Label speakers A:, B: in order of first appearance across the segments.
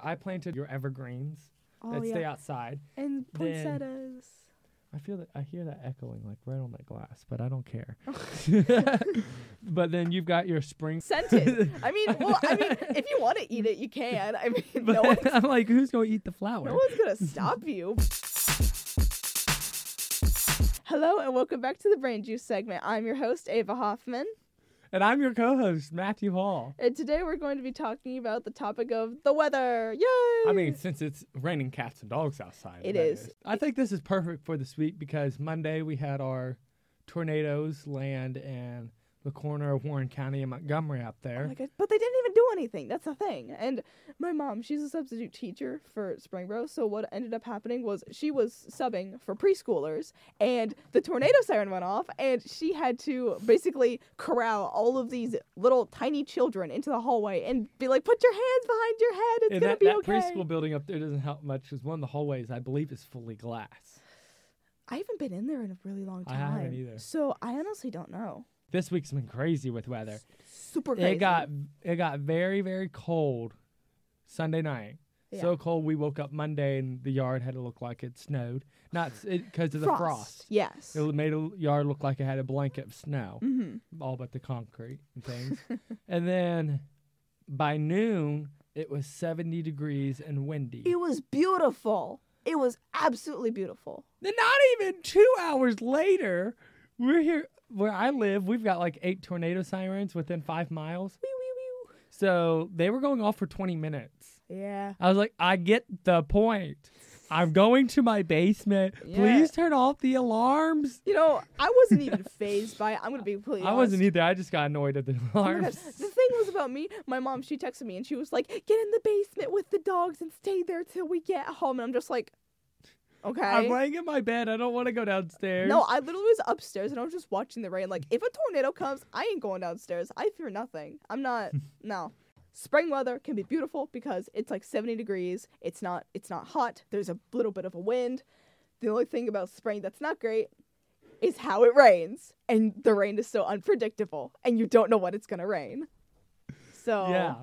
A: I planted your evergreens
B: Oh
A: that
B: yeah.
A: stay outside.
B: and
A: then-
B: poinsettias.
A: I feel that I hear that echoing like right on my glass, but I don't care. but then you've got your spring.
C: Scent it. I mean, well, I mean, if you want to eat it, you can. I mean,
A: But
C: no, one,
A: I'm like, who's gonna eat the flower?
C: no one's gonna stop you. Hello and welcome back to the Brain Juice segment. I'm your host Ava Hoffman,
A: And I'm your co-host Matthew Hall.
C: and today we're going to be talking about the topic of the weather. Yay!
A: I mean, since it's raining cats and dogs outside,
C: It
A: that
C: is.
A: I think this is perfect for this week because Monday we had our tornadoes land in the corner of Warren County and Montgomery out
C: Oh
A: there.
C: my God. But they didn't even do anything. That's the thing. And my mom, she's a substitute teacher for Springboro. So what ended up happening was she was subbing for preschoolers, and the tornado siren went off, and she had to basically corral all of these little tiny children into the hallway and be like, "Put your hands behind your head. It's
A: and
C: gonna
A: that,
C: be
A: that
C: okay."
A: preschool building up there doesn't help much because one of the hallways I believe is fully glass.
C: I haven't been in there in a really long
A: I
C: time.
A: haven't either.
C: So I honestly don't know.
A: This week's been crazy with weather.
C: Super crazy.
A: It got it got very very cold Sunday night.
C: Yeah.
A: So cold we woke up Monday and the yard had to look like it snowed. Not because of the frost.
C: Yes.
A: It made the yard look like it had a blanket of snow,
C: hmm
A: all but the concrete and things. and then by noon, it was 70 degrees and windy.
C: It was beautiful. It was absolutely beautiful.
A: Then not even two hours later, we're here where I live. We've got like eight tornado sirens within five miles.
C: Wee, wee,
A: So they were going off for 20 minutes.
C: wee. Yeah.
A: I was like, I get the point. I'm going to my basement.
C: Yeah.
A: Please turn off the alarms.
C: You know, I wasn't even phased by it. I'm gonna be completely.
A: I
C: honest.
A: wasn't either. I just got annoyed at the
C: Oh my
A: alarms.
C: gosh. The thing was about me. My mom, she texted me and she was like, "Get in the basement with the dogs and stay there till we get home." And I'm just like, "Okay."
A: I'm laying in my bed. I don't want to go downstairs.
C: no, I literally was upstairs and I was just watching the rain. Like, if a tornado comes, I ain't going downstairs. I fear nothing. I'm not. no. Spring weather can be beautiful because it's like 70 degrees. It's not. It's not hot. There's a little bit of a wind. The only thing about spring that's not great is how it rains, and the rain is so unpredictable, and you don't know when it's gonna rain. So
A: yeah.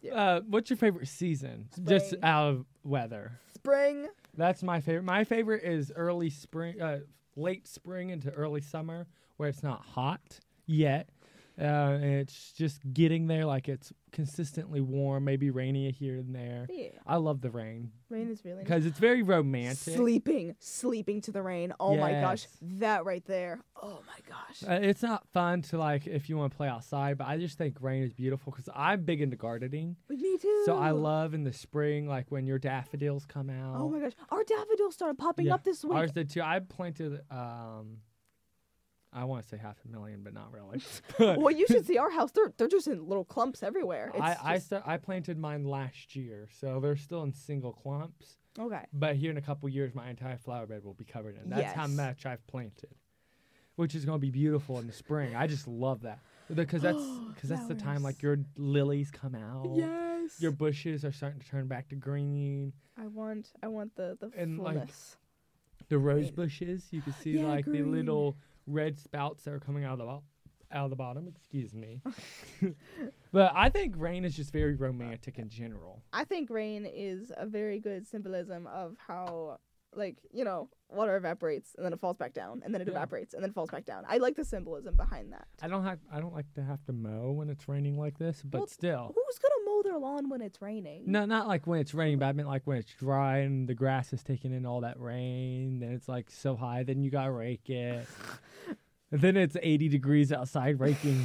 C: Yeah.
A: Uh, what's your favorite season? Just
C: oh. Spring.
A: out of weather.
C: spring.
A: That's my favorite. My favorite is early spring, uh, late spring into early summer, where it's not hot yet. Uh, and it's just getting there, like it's consistently warm, maybe rainy here and there.
C: Yeah,
A: I love the rain
C: rain is really nice.
A: because it's very romantic.
C: Sleeping, sleeping to the rain. Oh my gosh,
A: Yes.
C: that right there. Oh my gosh.
A: Uh, it's not fun to like if you want to play outside, but I just think rain is beautiful because I'm big into gardening.
C: Me too.
A: So I love in the spring, like when your daffodils come out.
C: Oh my gosh, our daffodils started popping
A: Yeah.
C: up this week.
A: Ours did too. I planted, um, I want to say half a million, but not really. But
C: well, you should see our house. They're they're just in little clumps everywhere. It's
A: I I,
C: just-
A: sta- I planted mine last year, so they're still in single clumps.
C: okay.
A: But here in a couple years, my entire flower bed will be covered in. That's how
C: Yes.
A: much I've planted, which is going to be beautiful in the spring. I just love that because that's because that's the time like your lilies come out.
C: Yes.
A: Your bushes are starting to turn back to green.
C: I want I want the the
A: And, like,
C: fullness.
A: the rose
C: Green.
A: bushes. You can see
C: Yeah,
A: like the
C: green.
A: little red spouts that are coming out of the bo- out of the bottom. Excuse me. but I think rain is just very romantic in general.
C: I think rain is a very good symbolism of how like you know water evaporates and then it falls back down and then it
A: Yeah.
C: evaporates and then it falls back down. I like the symbolism behind that.
A: I don't have I don't like to have to mow when it's raining like this, but
C: Well,
A: still.
C: Who's gonna mow their lawn when it's raining?
A: Oh. No, not like when it's raining, but I meant like when it's dry and the grass is taking in all that rain, then it's like so high, then you gotta rake it. and then it's eighty degrees outside raking.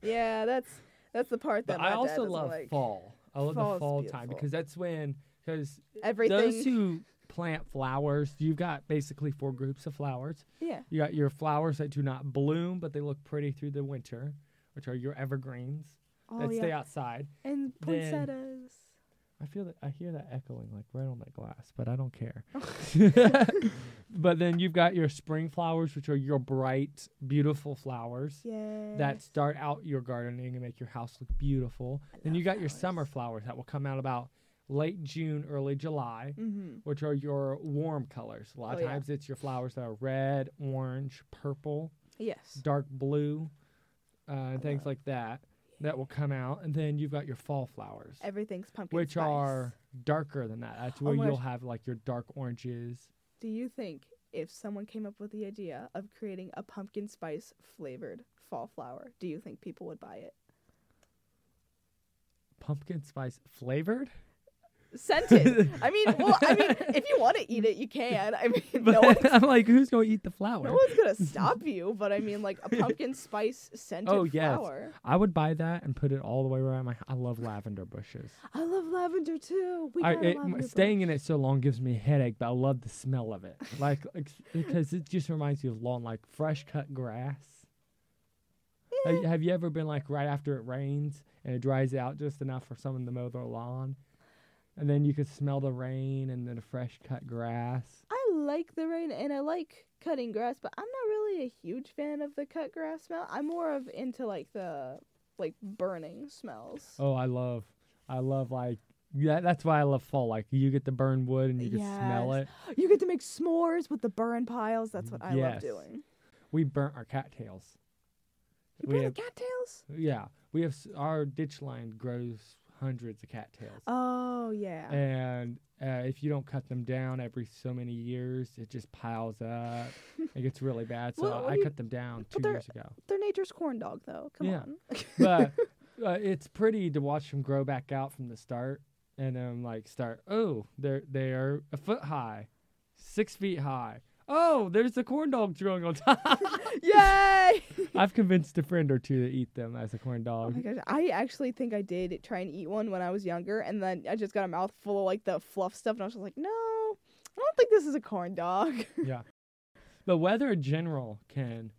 C: Yeah, that's that's the part that
A: but I
C: my dad
A: also
C: doesn't
A: love
C: like.
A: fall. I love
C: Fall
A: the
C: is
A: fall time
C: beautiful.
A: because that's when because
C: Everything.
A: Those who plant flowers, you've got basically four groups of flowers.
C: yeah.
A: You got your flowers that do not bloom, but they look pretty through the winter, which are your evergreens
C: Oh
A: that stay
C: yeah.
A: outside.
C: And
A: then-
C: poinsettias.
A: I feel that I hear that echoing like right on my glass, but I don't care.
C: Oh.
A: but then you've got your spring flowers, which are your bright, beautiful flowers
C: Yeah.
A: that start out your gardening and make your house look beautiful. Then
C: love
A: you got your
C: flowers.
A: summer flowers that will come out about late June, early July.
C: Mm-hmm.
A: which are your warm colors. A lot
C: Oh,
A: of
C: yeah.
A: times it's your flowers that are red, orange, purple,
C: Yes.
A: dark blue, uh, and things
C: love-
A: like that. that will come out, and then you've got your fall flowers,
C: Everything's pumpkin
A: which
C: spice.
A: are darker than that. That's
C: Oh
A: where
C: my
A: you'll
C: gosh.
A: have like your dark oranges.
C: Do you think if someone came up with the idea of creating a pumpkin spice flavored fall flower, do you think people would buy it?
A: Pumpkin spice flavored?
C: Scented. I mean, well, I mean, if you want to eat it, you can. I mean, no one's,
A: But I'm like, who's gonna eat the flower?
C: no one's gonna stop you. But I mean, like a pumpkin spice scented
A: Oh, yes.
C: flower.
A: I would buy that and put it all the way around my. I love lavender bushes.
C: I love lavender too. We
A: I,
C: got a
A: it, m-
C: lavender
A: staying in
C: bush.
A: it so long gives me a headache, but I love the smell of it. Like, like s- because it just reminds you of lawn, like fresh cut grass. Have, you- have you ever been like right after it rains and it dries out just enough for someone to mow their lawn, and then you can smell the rain and then the fresh cut grass?
C: I like the rain and I like cutting grass, but I'm not really a huge fan of the cut grass smell. I'm more of into like the like burning smells.
A: Oh, I love, I love like yeah. That's why I love fall. Like you get to burn wood and you can smell
C: Yes.
A: it.
C: You get to make s'mores with the burn piles. That's what I love
A: Yes.
C: doing.
A: We burnt our cattails.
C: You
A: We
C: burn the
A: have-
C: cattails?
A: Yeah, we have s- our ditch line grows hundreds of cattails,
C: Oh yeah.
A: and uh, if you don't cut them down every so many years, it just piles up. it gets really bad. So
C: Well, what
A: I
C: do you-
A: cut them down
C: but
A: two
C: they're-
A: years ago.
C: They're nature's corn dog though. Come
A: Yeah.
C: on.
A: But uh, it's pretty to watch them grow back out from the start, and then like start. Oh, they're they are a foot high, six feet high. Oh, there's the corn dogs growing on top.
C: Yay!
A: I've convinced a friend or two to eat them as a corn
C: Oh
A: dog.
C: my gosh, I actually think I did try and eat one when I was younger, and then I just got a mouthful of like the fluff stuff, and I was just like, no, I don't think this is a corn dog.
A: yeah. The weather in general can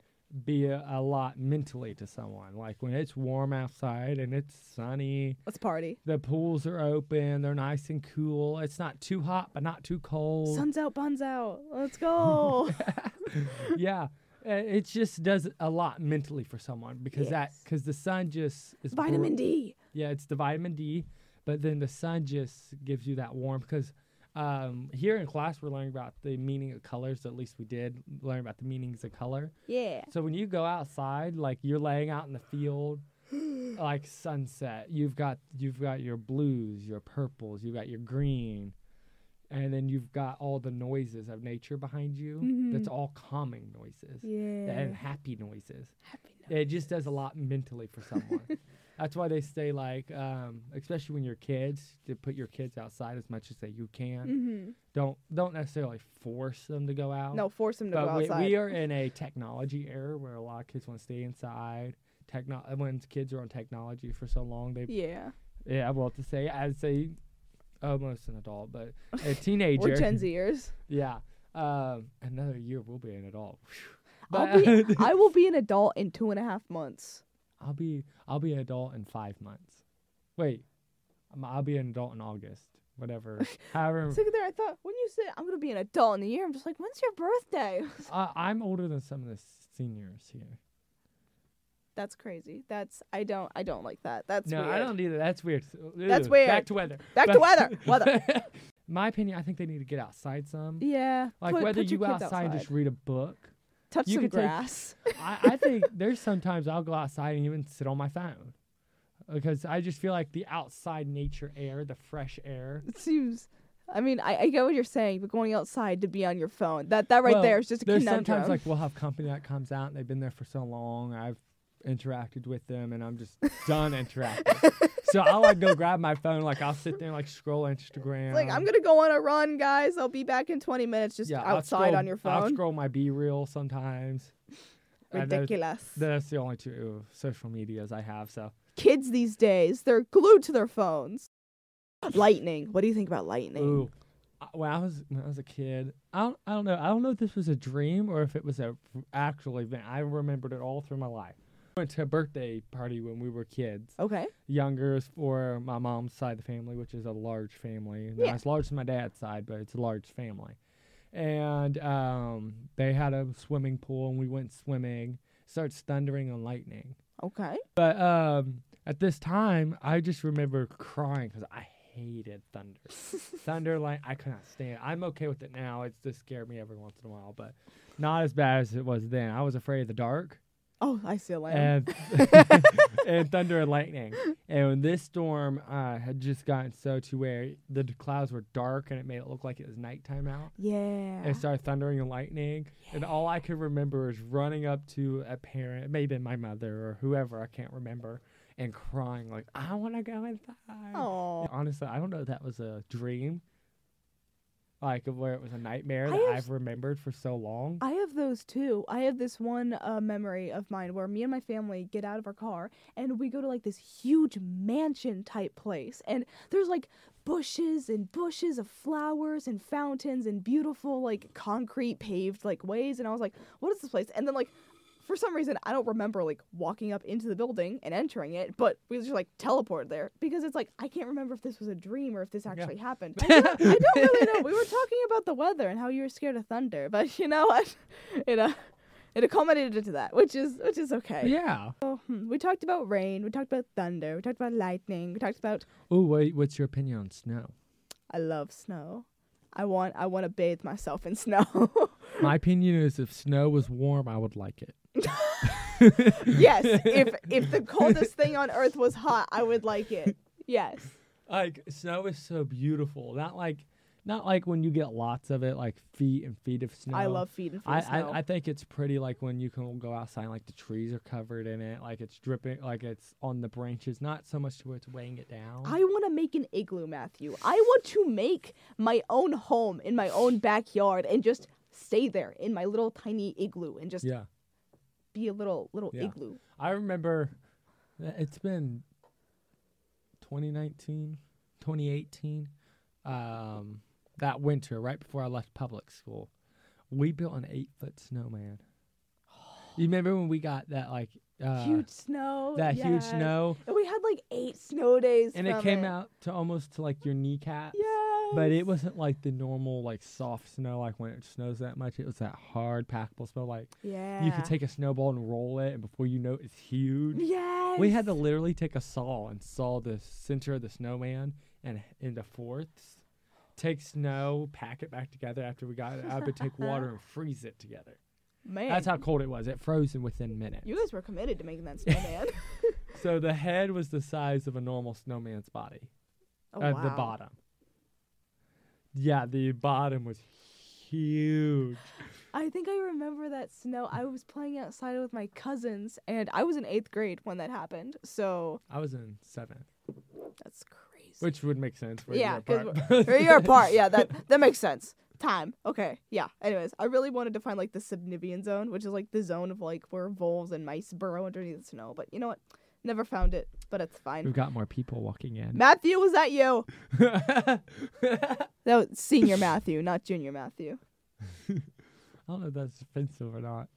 A: be a, a lot mentally to someone. Like when it's warm outside and it's sunny,
C: Let's party.
A: the pools are open, they're nice and cool. It's not too hot, but not too cold.
C: Sun's out, buns out. Let's go.
A: yeah. Uh, It just does a lot mentally for someone because that
C: Yes.
A: because the sun just is br-
C: Vitamin D.
A: Yeah, it's the vitamin D, but then the sun just gives you that warm because um, here in class we're learning about the meaning of colors. At least we did learn about the meanings of color.
C: Yeah.
A: So when you go outside, like you're laying out in the field, like sunset, you've got you've got your blues, your purples, you've got your green, and then you've got all the noises of nature behind you. That's all calming noises
C: Mm-hmm. Yeah.
A: and happy noises.
C: Happy no-
A: It just does a lot mentally for someone. That's why they say like, um, especially when you're kids, to put your kids outside as much as that you can.
C: Mhm.
A: Don't don't necessarily force them to go out.
C: No, force him to go
A: But we,
C: outside.
A: we are in a technology era where a lot of kids want to stay inside. Techno- when kids are on technology for so long, they
C: yeah.
A: yeah, well to say as a almost an adult, but a teenager.
C: We're Gen Zers.
A: Yeah, um, another year we'll be an adult. Phew.
C: I'll be, I will be an adult in two and a half months.
A: I'll be I'll be an adult in five months. Wait, I'm- I'll be an adult in August. Whatever. However,
C: Second there, I thought when you said I'm gonna be an adult in a year, I'm just like, when's your birthday?
A: I, I'm older than some of the seniors here.
C: That's crazy. That's I don't I don't like that. That's
A: no,
C: weird.
A: I don't either. That's weird.
C: That's
A: Ugh,
C: weird.
A: Back to weather.
C: Back to weather. Weather.
A: My opinion, I think they need to get outside some.
C: Yeah.
A: Like
C: put-
A: whether
C: put
A: you
C: your
A: go
C: kids
A: outside, just read a book.
C: touch
A: you
C: some
A: could take-
C: grass.
A: I, I think there's sometimes I'll go outside and even sit on my phone. Because I just feel like the outside nature air, the fresh air.
C: it seems. I mean, I, I get what you're saying, but going outside to be on your phone that that right
A: Well,
C: there is just a
A: there's
C: conundrum.
A: sometimes like we'll have company that comes out and they've been there for so long. I've interacted with them and I'm just done interacting. so I'll like go grab my phone, like I'll sit there and like scroll Instagram.
C: It's like I'm gonna go on a run, guys. I'll be back in 20 minutes. Just
A: I'll
C: outside
A: scroll-
C: on your
A: I'll
C: phone.
A: scroll my B reel sometimes. And those-
C: Ridiculous.
A: That's the only two social medias I have. So
C: Kids these days, they're glued to their phones. Lightning. What do you think about lightning?
A: Ooh. I- When I was when I was a kid, I don't I don't know I don't know if this was a dream or if it was a r- actual event. I remembered it all through my life. Went to a birthday party when we were kids,
C: Okay.
A: younger is for my mom's side of the family, which is a large family. Now,
C: Yeah.
A: It's large to my dad's side, but it's a large family. And um, they had a swimming pool, and we went swimming. Starts thundering and lightning.
C: Okay.
A: But um, at this time, I just remember crying because I hated thunder. thunder, like I could not stand. it. I'm okay with it now. It's just scared me every once in a while, but not as bad as it was then. I was afraid of the dark.
C: Oh, I see a lamb.
A: and, and thunder and lightning. And when this storm uh, had just gotten so to where the d- clouds were dark and it made it look like it was nighttime out.
C: yeah.
A: And it started thundering and lightning. And all I could remember is running up to a parent, maybe my mother or whoever, I can't remember, and crying, like, I want to go inside.
C: Oh.
A: Honestly, I don't know if that was a dream, like of where it was a nightmare
C: I
A: that
C: have-
A: I've remembered for so long.
C: I have those too. I have this one uh, memory of mine where me and my family get out of our car and we go to like this huge mansion type place. And there's like bushes and bushes of flowers and fountains and beautiful like concrete paved like ways. And I was like, what is this place? And then like, for some reason, I don't remember like walking up into the building and entering it, but we just like teleported there because it's like I can't remember if this was a dream or if this actually happened. I don't, I don't really know. We were talking about the weather and how you were scared of thunder, but you know what? It uh, it accommodated to that, which is which is okay.
A: yeah.
C: So, hmm, we talked about rain, we talked about thunder, we talked about lightning, we talked about
A: Oh, wait, what's your opinion on snow?
C: I love snow. I want I want to bathe myself in snow.
A: My opinion is if snow was warm, I would like it.
C: yes, if if the coldest thing on earth was hot, I would like it. Yes.
A: Like snow is so beautiful. Not like not like when you get lots of it, like feet and feet of snow.
C: I love feet and feet
A: I,
C: snow.
A: I, I think it's pretty like when you can go outside and, like the trees are covered in it, like it's dripping like it's on the branches, not so much to where it's weighing it down.
C: I want to make an igloo, Matthew. I want to make my own home in my own backyard and just stay there in my little tiny igloo and just
A: yeah.
C: be a little little
A: Yeah.
C: igloo.
A: I remember uh, it's been 2019, 2018, um, that winter, right before I left public school. We built an eight foot snowman. You remember when we got that, like, uh,
C: huge snow.
A: that huge
C: yes.
A: snow?
C: And we had like eight snow days.
A: And it
C: from
A: came out to almost to like your kneecaps.
C: Yes.
A: But it wasn't like the normal, like soft snow, like when it snows that much. It was that hard, packable snow. Like
C: Yeah.
A: you could take a snowball and roll it, and before you know it, it's huge.
C: Yes.
A: We had to literally take a saw and saw the center of the snowman and into fourths. Take snow, pack it back together after we got it up, and take water and freeze it together.
C: Man.
A: That's how cold it was. It froze in within minutes.
C: You guys were committed to making that snowman.
A: So the head was the size of a normal snowman's body.
C: oh,
A: uh,
C: wow.
A: The bottom. Yeah, the bottom was huge.
C: I think I remember that snow. I was playing outside with my cousins, and I was in eighth grade when that happened. So
A: I was in seventh,
C: that's crazy.
A: which would make sense. For
C: Yeah, 'cause
A: for
C: Or a year apart. Yeah, that that makes sense. Time. Okay. Yeah. Anyways, I really wanted to find like the subnivian zone, which is like the zone of like where voles and mice burrow underneath the snow. But you know what? Never found it. But it's
A: We've
C: fine.
A: got more people walking in.
C: Matthew, was that you? That was senior Matthew, not junior Matthew.
A: I don't know if that's offensive or not.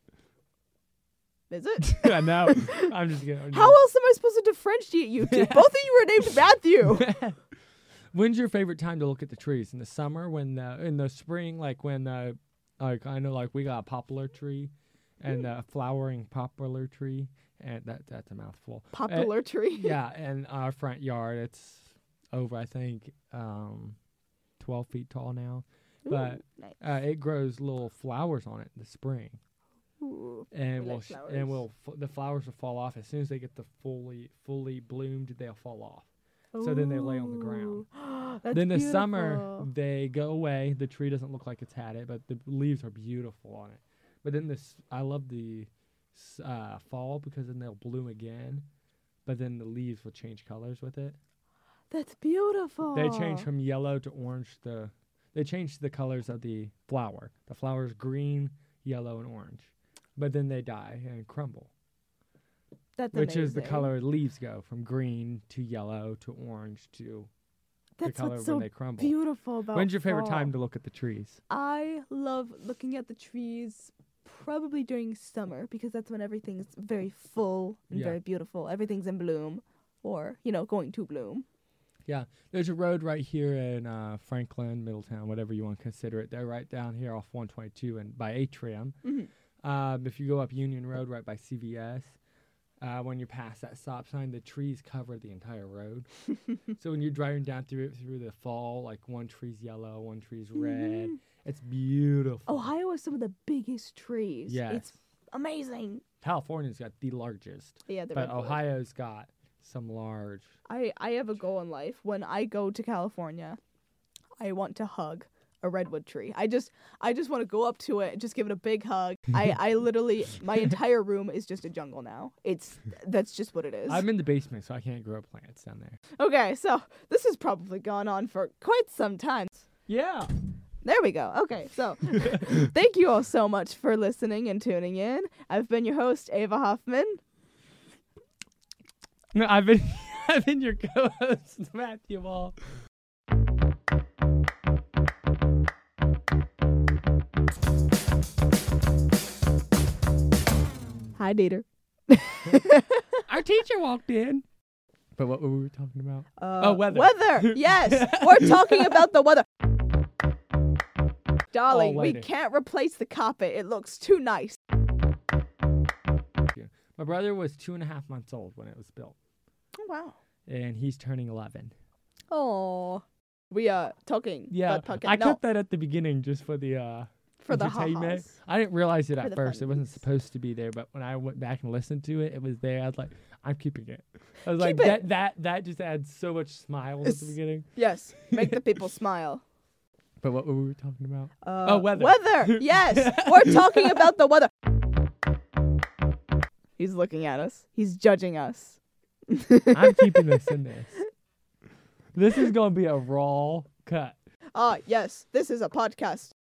C: Is it?
A: I know. I'm just kidding. I'm
C: How else am I supposed to differentiate you two? Both of you were named Matthew.
A: joking. When's your favorite time to look at the trees? In the summer, when the in the spring, like when uh, like I know, like we got a poplar tree, and
C: Hmm.
A: a flowering poplar tree, and that that's a mouthful. Uh,
C: Poplar tree.
A: yeah, and our front yard, it's over I think um, twelve feet tall now,
C: Ooh,
A: but
C: nice.
A: uh, it grows little flowers on it in the spring.
C: Ooh.
A: and
C: We
A: will
C: like
A: sh-
C: flowers.
A: and will f- the flowers will fall off as soon as they get the fully fully bloomed they'll fall off uh, So then they lay on the ground.
C: Ooh. That's
A: then the summer
C: beautiful.
A: they go away the tree doesn't look like it's had it but the leaves are beautiful on it but then this i love the s- uh, fall because then they'll bloom again but then the leaves will change colors with it
C: That's beautiful.
A: they change from yellow to orange the they change the colors of the flower the flower's green yellow and orange but then they die and crumble
C: That's
A: which is the
C: amazing.
A: color leaves go from green to yellow to orange to
C: That's
A: the color
C: what's
A: when
C: so
A: they crumble.
C: beautiful about
A: When's your favorite
C: fall.
A: time to look at the trees?
C: I love looking at the trees probably during summer because that's when everything's very full and
A: Yeah.
C: very beautiful. Everything's in bloom or, you know, going to bloom.
A: There's a road right here in uh, Franklin, Middletown, whatever you want to consider it. They're right down here off 122 and by Atrium.
C: Mhm.
A: Um, if you go up Union Road right by CVS, uh, when you pass that stop sign, the trees cover the entire road. so when you're driving down through it through the fall, like one tree's yellow,
C: Mm-hmm.
A: one tree's red. It's beautiful.
C: Ohio has some of the biggest trees.
A: Yes.
C: It's amazing.
A: California's got the largest,
C: Yeah, the
A: but
C: Red Bull.
A: Ohio's got some large.
C: I I have a goal in life. When I go to California, I want to hug a redwood tree. I just I just want to go up to it and just give it a big hug. I I literally my entire room is just a jungle now. It's that's just what it is.
A: I'm in the basement, so I can't grow plants down there.
C: Okay, so this has probably gone on for quite some time.
A: Yeah.
C: There we go. Okay, so thank you all so much for listening and tuning in. I've been your host, Ava Hoffman.
A: No, I've been I've been your co-host, Matthew Wall.
C: Hi, Dieter.
A: Our teacher walked in. But what were we talking about?
C: Uh,
A: Oh, weather.
C: Weather. Yes, we're talking about the weather. Darling,
A: All
C: we
A: later.
C: can't replace the carpet. It looks too nice.
A: My brother was two and a half months old when it was built,
C: Oh, wow.
A: and he's turning eleven.
C: Oh. We are talking.
A: Yeah,
C: about talking.
A: I
C: no,
A: cut that at the beginning just for the uh,
C: for the
A: entertainment.
C: ha-has.
A: I didn't realize it
C: For
A: at
C: the
A: first; it wasn't
C: funsies.
A: supposed to be there. But when I went back and listened to it, it was there. I was like, "I'm keeping it." I was like,
C: Keep it.
A: "That that that just adds so much smiles at the
C: It's-
A: beginning."
C: Yes, make the people smile.
A: But what were we talking about?
C: Uh,
A: Oh, weather.
C: Weather. Yes, we're talking about the weather. He's looking at us. He's judging us.
A: I'm keeping this in this. This is gonna be a raw cut.
C: Ah, yes, this is a podcast.